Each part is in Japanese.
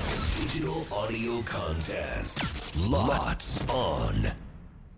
Digital audio contest. Lots on.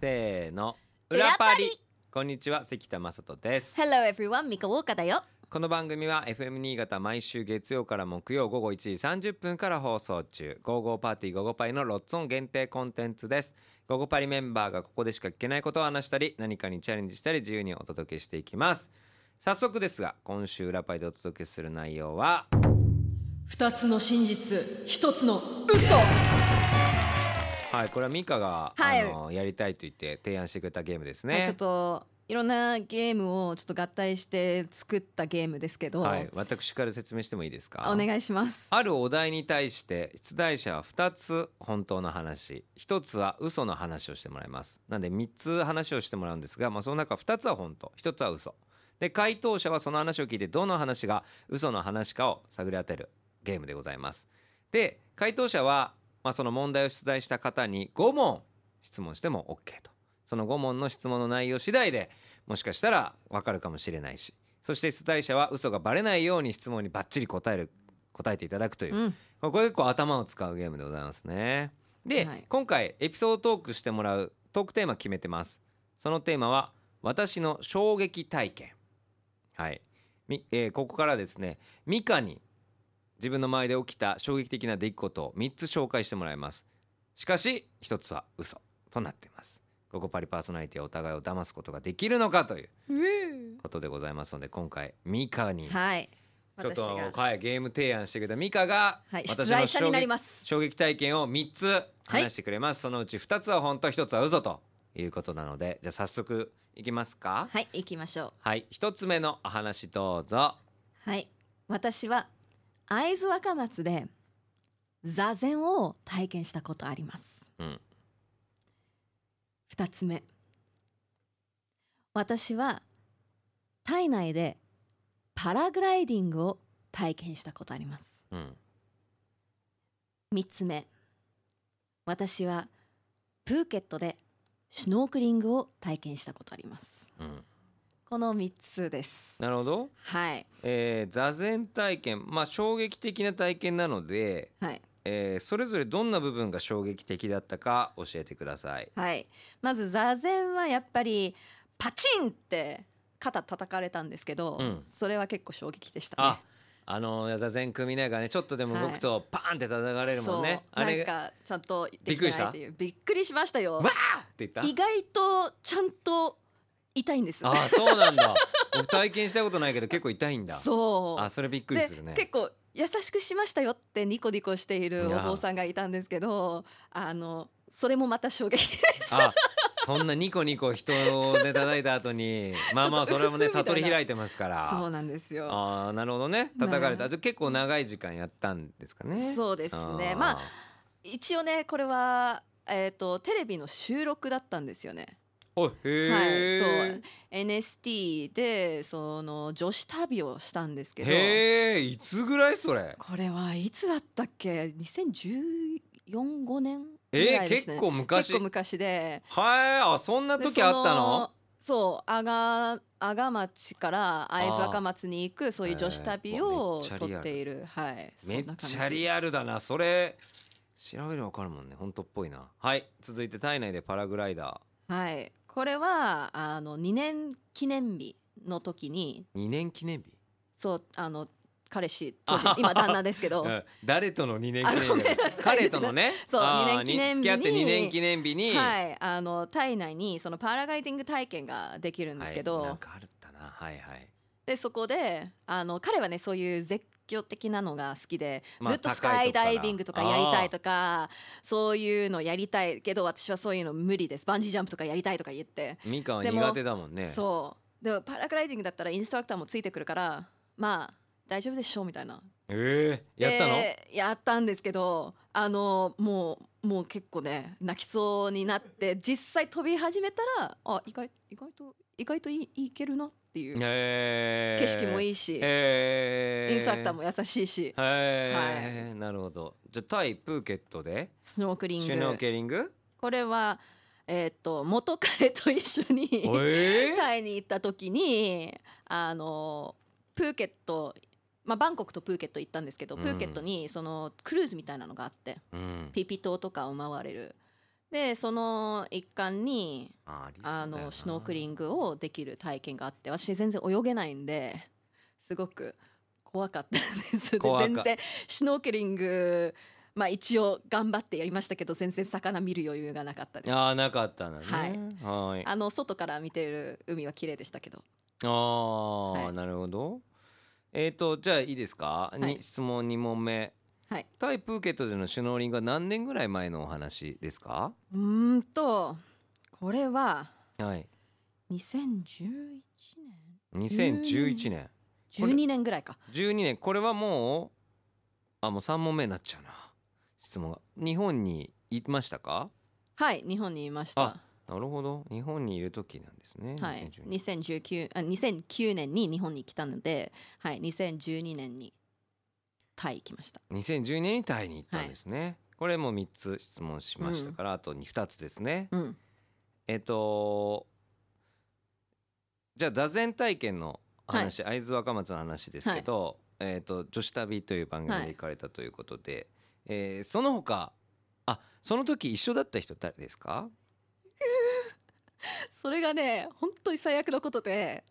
せーの裏裏パパリリこんにちは関田正人です Hello everyone, ミカウォーカだよ。この番組は FM 新潟毎週月曜から木曜午後1時30分から放送中「ゴーゴーパーティーゴーゴーパイ」のロッツオン限定コンテンツです「ゴーゴーパリ」メンバーがここでしか聞けないことを話したり何かにチャレンジしたり自由にお届けしていきます早速ですが今週裏パリでお届けする内容は二つの真実一つの嘘はいこれはミカが、はいあのやりたいと言って提案してくれたゲームですね、はいちょっといろんなゲームをちょっと合体して作ったゲームですけど、はい、私から説明してもいいですかお願いします。あるお題に対して出題者は2つ本当の話1つは嘘の話をしてもらいますなんで3つ話をしてもらうんですが、まあ、その中2つは本当1つは嘘で回答者はその話を聞いてどの話が嘘の話かを探り当てるゲームでございますで回答者は、まあ、その問題を出題した方に5問質問しても OK とその5問の質問の内容次第でもしかしたら分かるかもしれないしそして出題者は嘘がバレないように質問にバッチリ答える答えていただくという、うんこれ結構頭を使うゲームでございますねで、はい今回エピソードトークしてもらうトークテーマ決めてますそのテーマは私の衝撃体験はいみ、えーここからですねミカに自分の前で起きた衝撃的な出来事を3つ紹介してもらいますしかし1つは嘘となっていますここパリパーソナリティはお互いを騙すことができるのかということでございますので今回ミカにはい。ちょっ私がと、はい、ゲーム提案してくれたミカが、はい私の出題者衝撃になります衝撃体験を3つ話してくれます、そのうち2つは本当1つは嘘ということなのでじゃあ早速いきますかはい、行きましょはい、一1つ目のお話どうぞう。はい。私は会津若松で座禅を体験したことあります。うん二つ目。私は体内でパラグライディングを体験したことあります。うん3つ目私はプーケットでシュノークリングを体験したことありますうんこの3つですなるほど、はいえー座禅体験まあ衝撃的な体験なので、はいえーそれぞれどんな部分が衝撃的だったか教えてくださいはいまず座禅はやっぱりパチンって肩叩かれたんですけど、うんそれは結構衝撃でしたねああの座禅組みながらねちょっとでも動くとパーンって叩かれるもんね、そあうれなんかちゃんとできてないっていうびっくりしましたよわあって言った意外とちゃんと痛いんですああそうなんだ僕体験したことないけど結構痛いんだそうあそれびっくりするねで結構優しくしましたよってニコニコしているお坊さんがいたんですけどあのそれもまた衝撃でしたあそんなニコニコ人で叩いた後 にまあまあそれもねちょっと悟うふふみたいなり開いてますからそうなんですよああなるほどね叩かれなたあじゃあ結構長い時間やったんですかねうそうですねまああ一応ねこれはえっ、とテレビの収録だったんですよねおへえ、はいそう NST でその女子旅をしたんですけどへえいつぐらいそれこれはいつだったっけ201415年えーぐらいですね結構昔結構昔ではいあそんなで時あったそのそう阿賀阿賀町から会津若松に行くそういう女子旅をへー撮っているはいめっちゃアリアルだなそれ調べればわかるもんね本当っぽいなはい続いて体内でパラグライダはいこれはあの2年記念日の時にー2年記念日そうあの彼氏 当時今旦那ですけどうん誰との2年記念あごめんな日さい彼とのねそうあー二年記念日に付き合って2年記念日に、はいあの体内にそのパラグライディング体験ができるんですけど、はいなんかあるったなはいはいでそこであの彼はねそういう絶叫的なのが好きで、まあずっとスカイダイビングとかやりたい高とかそういうのやりたいけど私はそういうの無理ですバンジージャンプとかやりたいとか言って、みかんはでも苦手だもんねそうでもパラグライディングだったらインストラクターもついてくるからまあ大丈夫でしょうみたいなええやったの、でやったんですけどあのもうもう結構ね泣きそうになって実際飛び始めたらあ意外意外と意外といいいけるなっていうえ景色もいいいし、えインストラクターも優しいし、えなるほどじゃあタイプーケットでスノークリンシュノーグ。ケリン グこれは、えーっと、元彼と一緒 えに、えタイに行った時に、あの、プーケットまあ、バンコクとプーケット行ったんですけどうんプーケットにそのクルーズみたいなのがあってうん、ピピ島とかを回れるでその一環にありそうだよなあのシュノークリングをできる体験があって私全然泳げないんですごく怖かったんですで怖か全然シュノーケリングまあ一応頑張ってやりましたけど全然魚見る余裕がなかったですああなかったんだねはいはいあの外から見てる海は綺麗でしたけどああ、はいなるほどえっ、とじゃあいいですか、にはい質問2問目はいタイプーケットでのシュノーリングは何年ぐらい前のお話ですかうーんとこれははい2011年2011年年12年ぐらいか12年これはもうあもう3問目になっちゃうな質問が日本にいましたかはい日本にいましたなるほど日本にいる時なんですね、はい2012年2019あ2009年に日本に来たので、はい、2012年にタイ行きました2012年にタイに行ったんですね、これも3つ質問しましたから、あと2つですねうんえっとじゃあ座禅体験の話、会津若松の話ですけど、えっと女子旅という番組で行かれたということで、えーその他あその時一緒だった人誰ですかそれがね本当に最悪のことで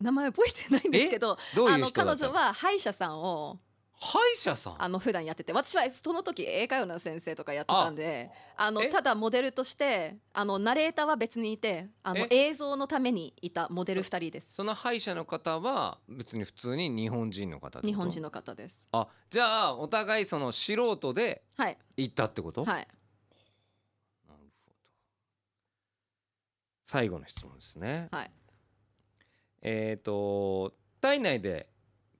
名前覚えてないんですけどどうあいうの人だ彼った女は歯医者さんを歯医者さんあの普段やってて私はその時英会話の先生とかやってたんであのえただモデルとしてあのナレーターは別にいてあのえ映像のためにいたモデル2人ですその歯医者の方は別に普通に日本人の方ってこと日本人の方ですあじゃあお互いその素人ではい行ったってこと、はいなるほど最後の質問ですねはいえっ、と体内で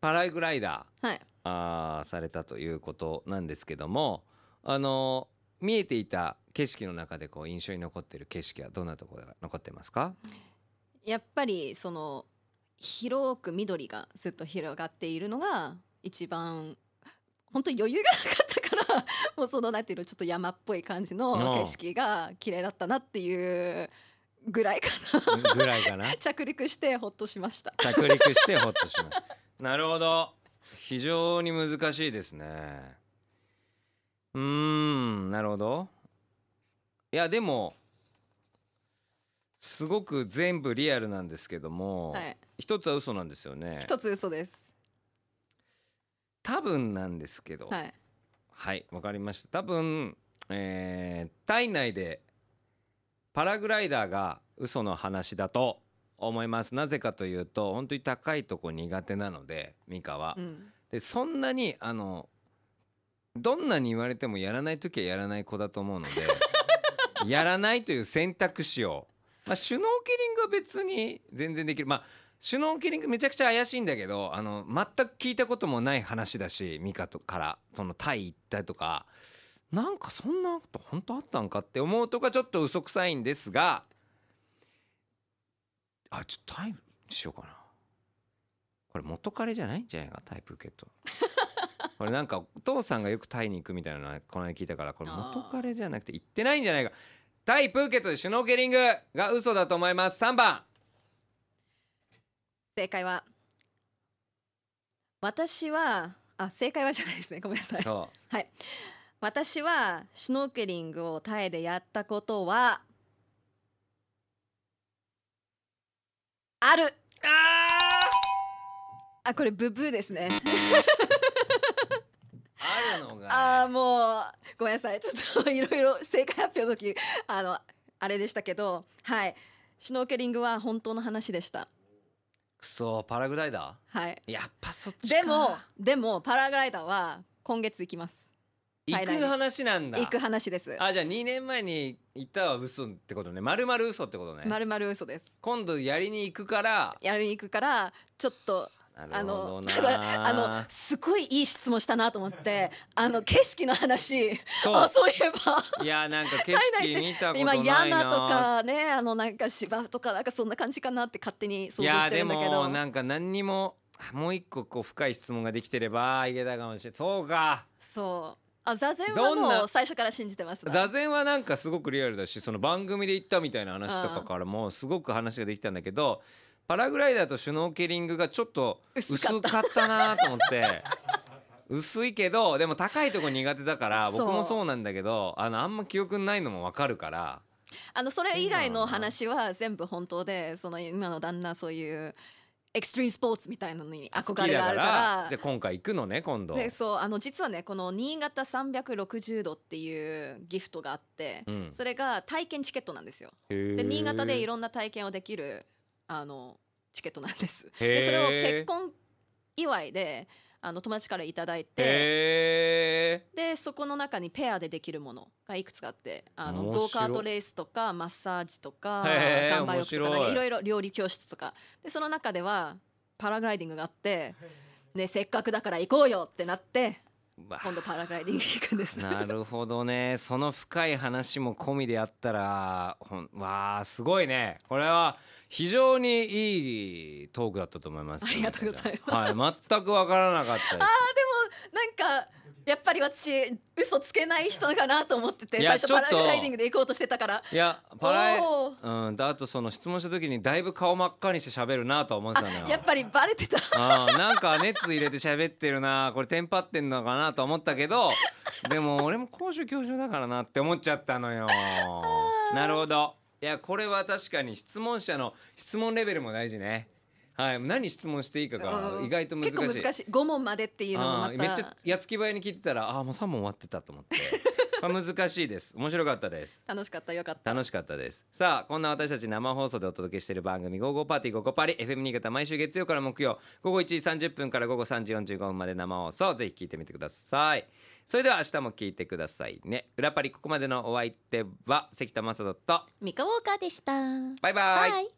パラグライダはいーあーされたということなんですけどもあの見えていた景色の中でこう印象に残ってる景色はどんなところが残ってます かやっぱりその広く緑がずっと広がっているのが一番本当に余裕がなかったから もうそのなんていうのちょっと山っぽい感じのああ景色が綺麗だったなっていうぐらいかなぐらいかな着陸してほっとしました着陸してホッとしますなるほど非常に難しいですねうーんなるほどいやでもすごく全部リアルなんですけども、はい一つは嘘なんですよね一つ嘘です多分なんですけどはいはいわ、かりました多分、えー体内でパラグライダーが嘘の話だと思いますなぜかというと本当に高いとこ苦手なのでミカは、うんでそんなにあのどんなに言われてもやらない時はやらない子だと思うの でやらないという選択肢を、まあ、シュノーケリングは別に全然できるまあシュノーケリングめちゃくちゃ怪しいんだけどあの全く聞いたこともない話だしミカとからそのタイ行ったとかなんかそんなこと本当あったんかって思うとかちょっと嘘くさいんですがあちょっとタイしようかなこれ元彼じゃないんじゃないかタイプ受けとこれなんかお父さんがよくタイに行くみたいなのはこの間聞いたからこれ元彼じゃなくて行ってないんじゃないかタイプーケットでシュノーケリングが嘘だと思います3番正解は私はあ正解はじゃないですねごめんなさいそはい私はシュノーケリングをタイでやったことはあるうああこれブブーですねーあるのあがあもうごめんなさいちょっといろいろ正解発表の時あのあれでしたけどはいシュノーケリングは本当の話でしたクソパラグライダはいーやっぱそっちかでもでもパラグライダーは今月行きます行く話なんだ行く話ですあじゃあ2年前に行ったは嘘ってことねまるまる嘘ってことねまるまる嘘です今度やりに行くからやりに行くからちょっとなあるほどのなただあのすごいいい質問したなと思ってあの景色の話そうあそういえばいやなんか景体内色で見たことな今いなヤナとかねあのなんか芝生とかなんかそんな感じかなって勝手に想い像やしてでるんだけもどなんか何にももう一個こう深い質問ができてればいけたかもしれないそうかそうあ座禅はどんなもう最初から信じてます座禅はなんかすごくリアルだしその番組で行ったみたいな話とかからもすごく話ができたんだけどパラグライダーとシュノーケリングがちょっと薄かった薄かったなと思っ て。薄いけどでも高いとこ苦手だからそう僕もそうなんだけどあのあんま記憶にないのもわかるからあのそれ以外の話は全部本当でその今の旦那そういうエクストリームスポーツみたいなのに好憧きれだがあかるらじかゃあら。今回行くのね今度。でそうあの実はねこの新潟360度っていうギフトがあって、うんそれが体験チケットなんですよ。でで新潟でいろんな体験をできるあのチケットなんです。でそれを結婚祝いであの友達からいただいてへえでそこの中にペアでできるものがいくつかあってあの面ゴ白いーカートレースとかマッサージとかへー岩盤浴とか、面白ね、いいろいろ料理教室とかでその中ではパラグライディングがあって、ね、せっかくだから行こうよってなって今度パラグライディング行くんです。なるほどねその深い話も込みであったらほんわあすごいねこれは非常にいいトークだったと思いますありがとうございます、はい、全くわからなかったですなんかやっぱり私嘘つけない人かなと思ってていや最初ちょパっラとグライディングで行こうとしてたから。いやパラおうん、だあとその質問した時にだいぶ顔真っ赤にして喋るなとは思ってたのよやっぱりバレてたあーなんか熱入れて喋ってるなこれテンパってんのかなと思ったけどでも俺も高所恐怖症だからなって思っちゃったのよなるほどいやこれは確かに質問者の質問レベルも大事ねはい何質問していいかが意外と難しい結構難しい5問までっていうのもまあたーめっちゃやっつき早に聞いてたらあーもう3問終わってたと思ってこれ難しいです面白かったです楽しかったよかった楽しかったですさあこんな私たち生放送でお届けしている番組「午後パーティー午後パリ」FM 新潟毎週月曜から木曜午後1時30分から午後3時45分まで生放送ぜひ聞いてみてくださいそれでは明日も聞いてくださいね裏パリここまでのお相手は関田正人とミカウォーカーでしたバイバイバイ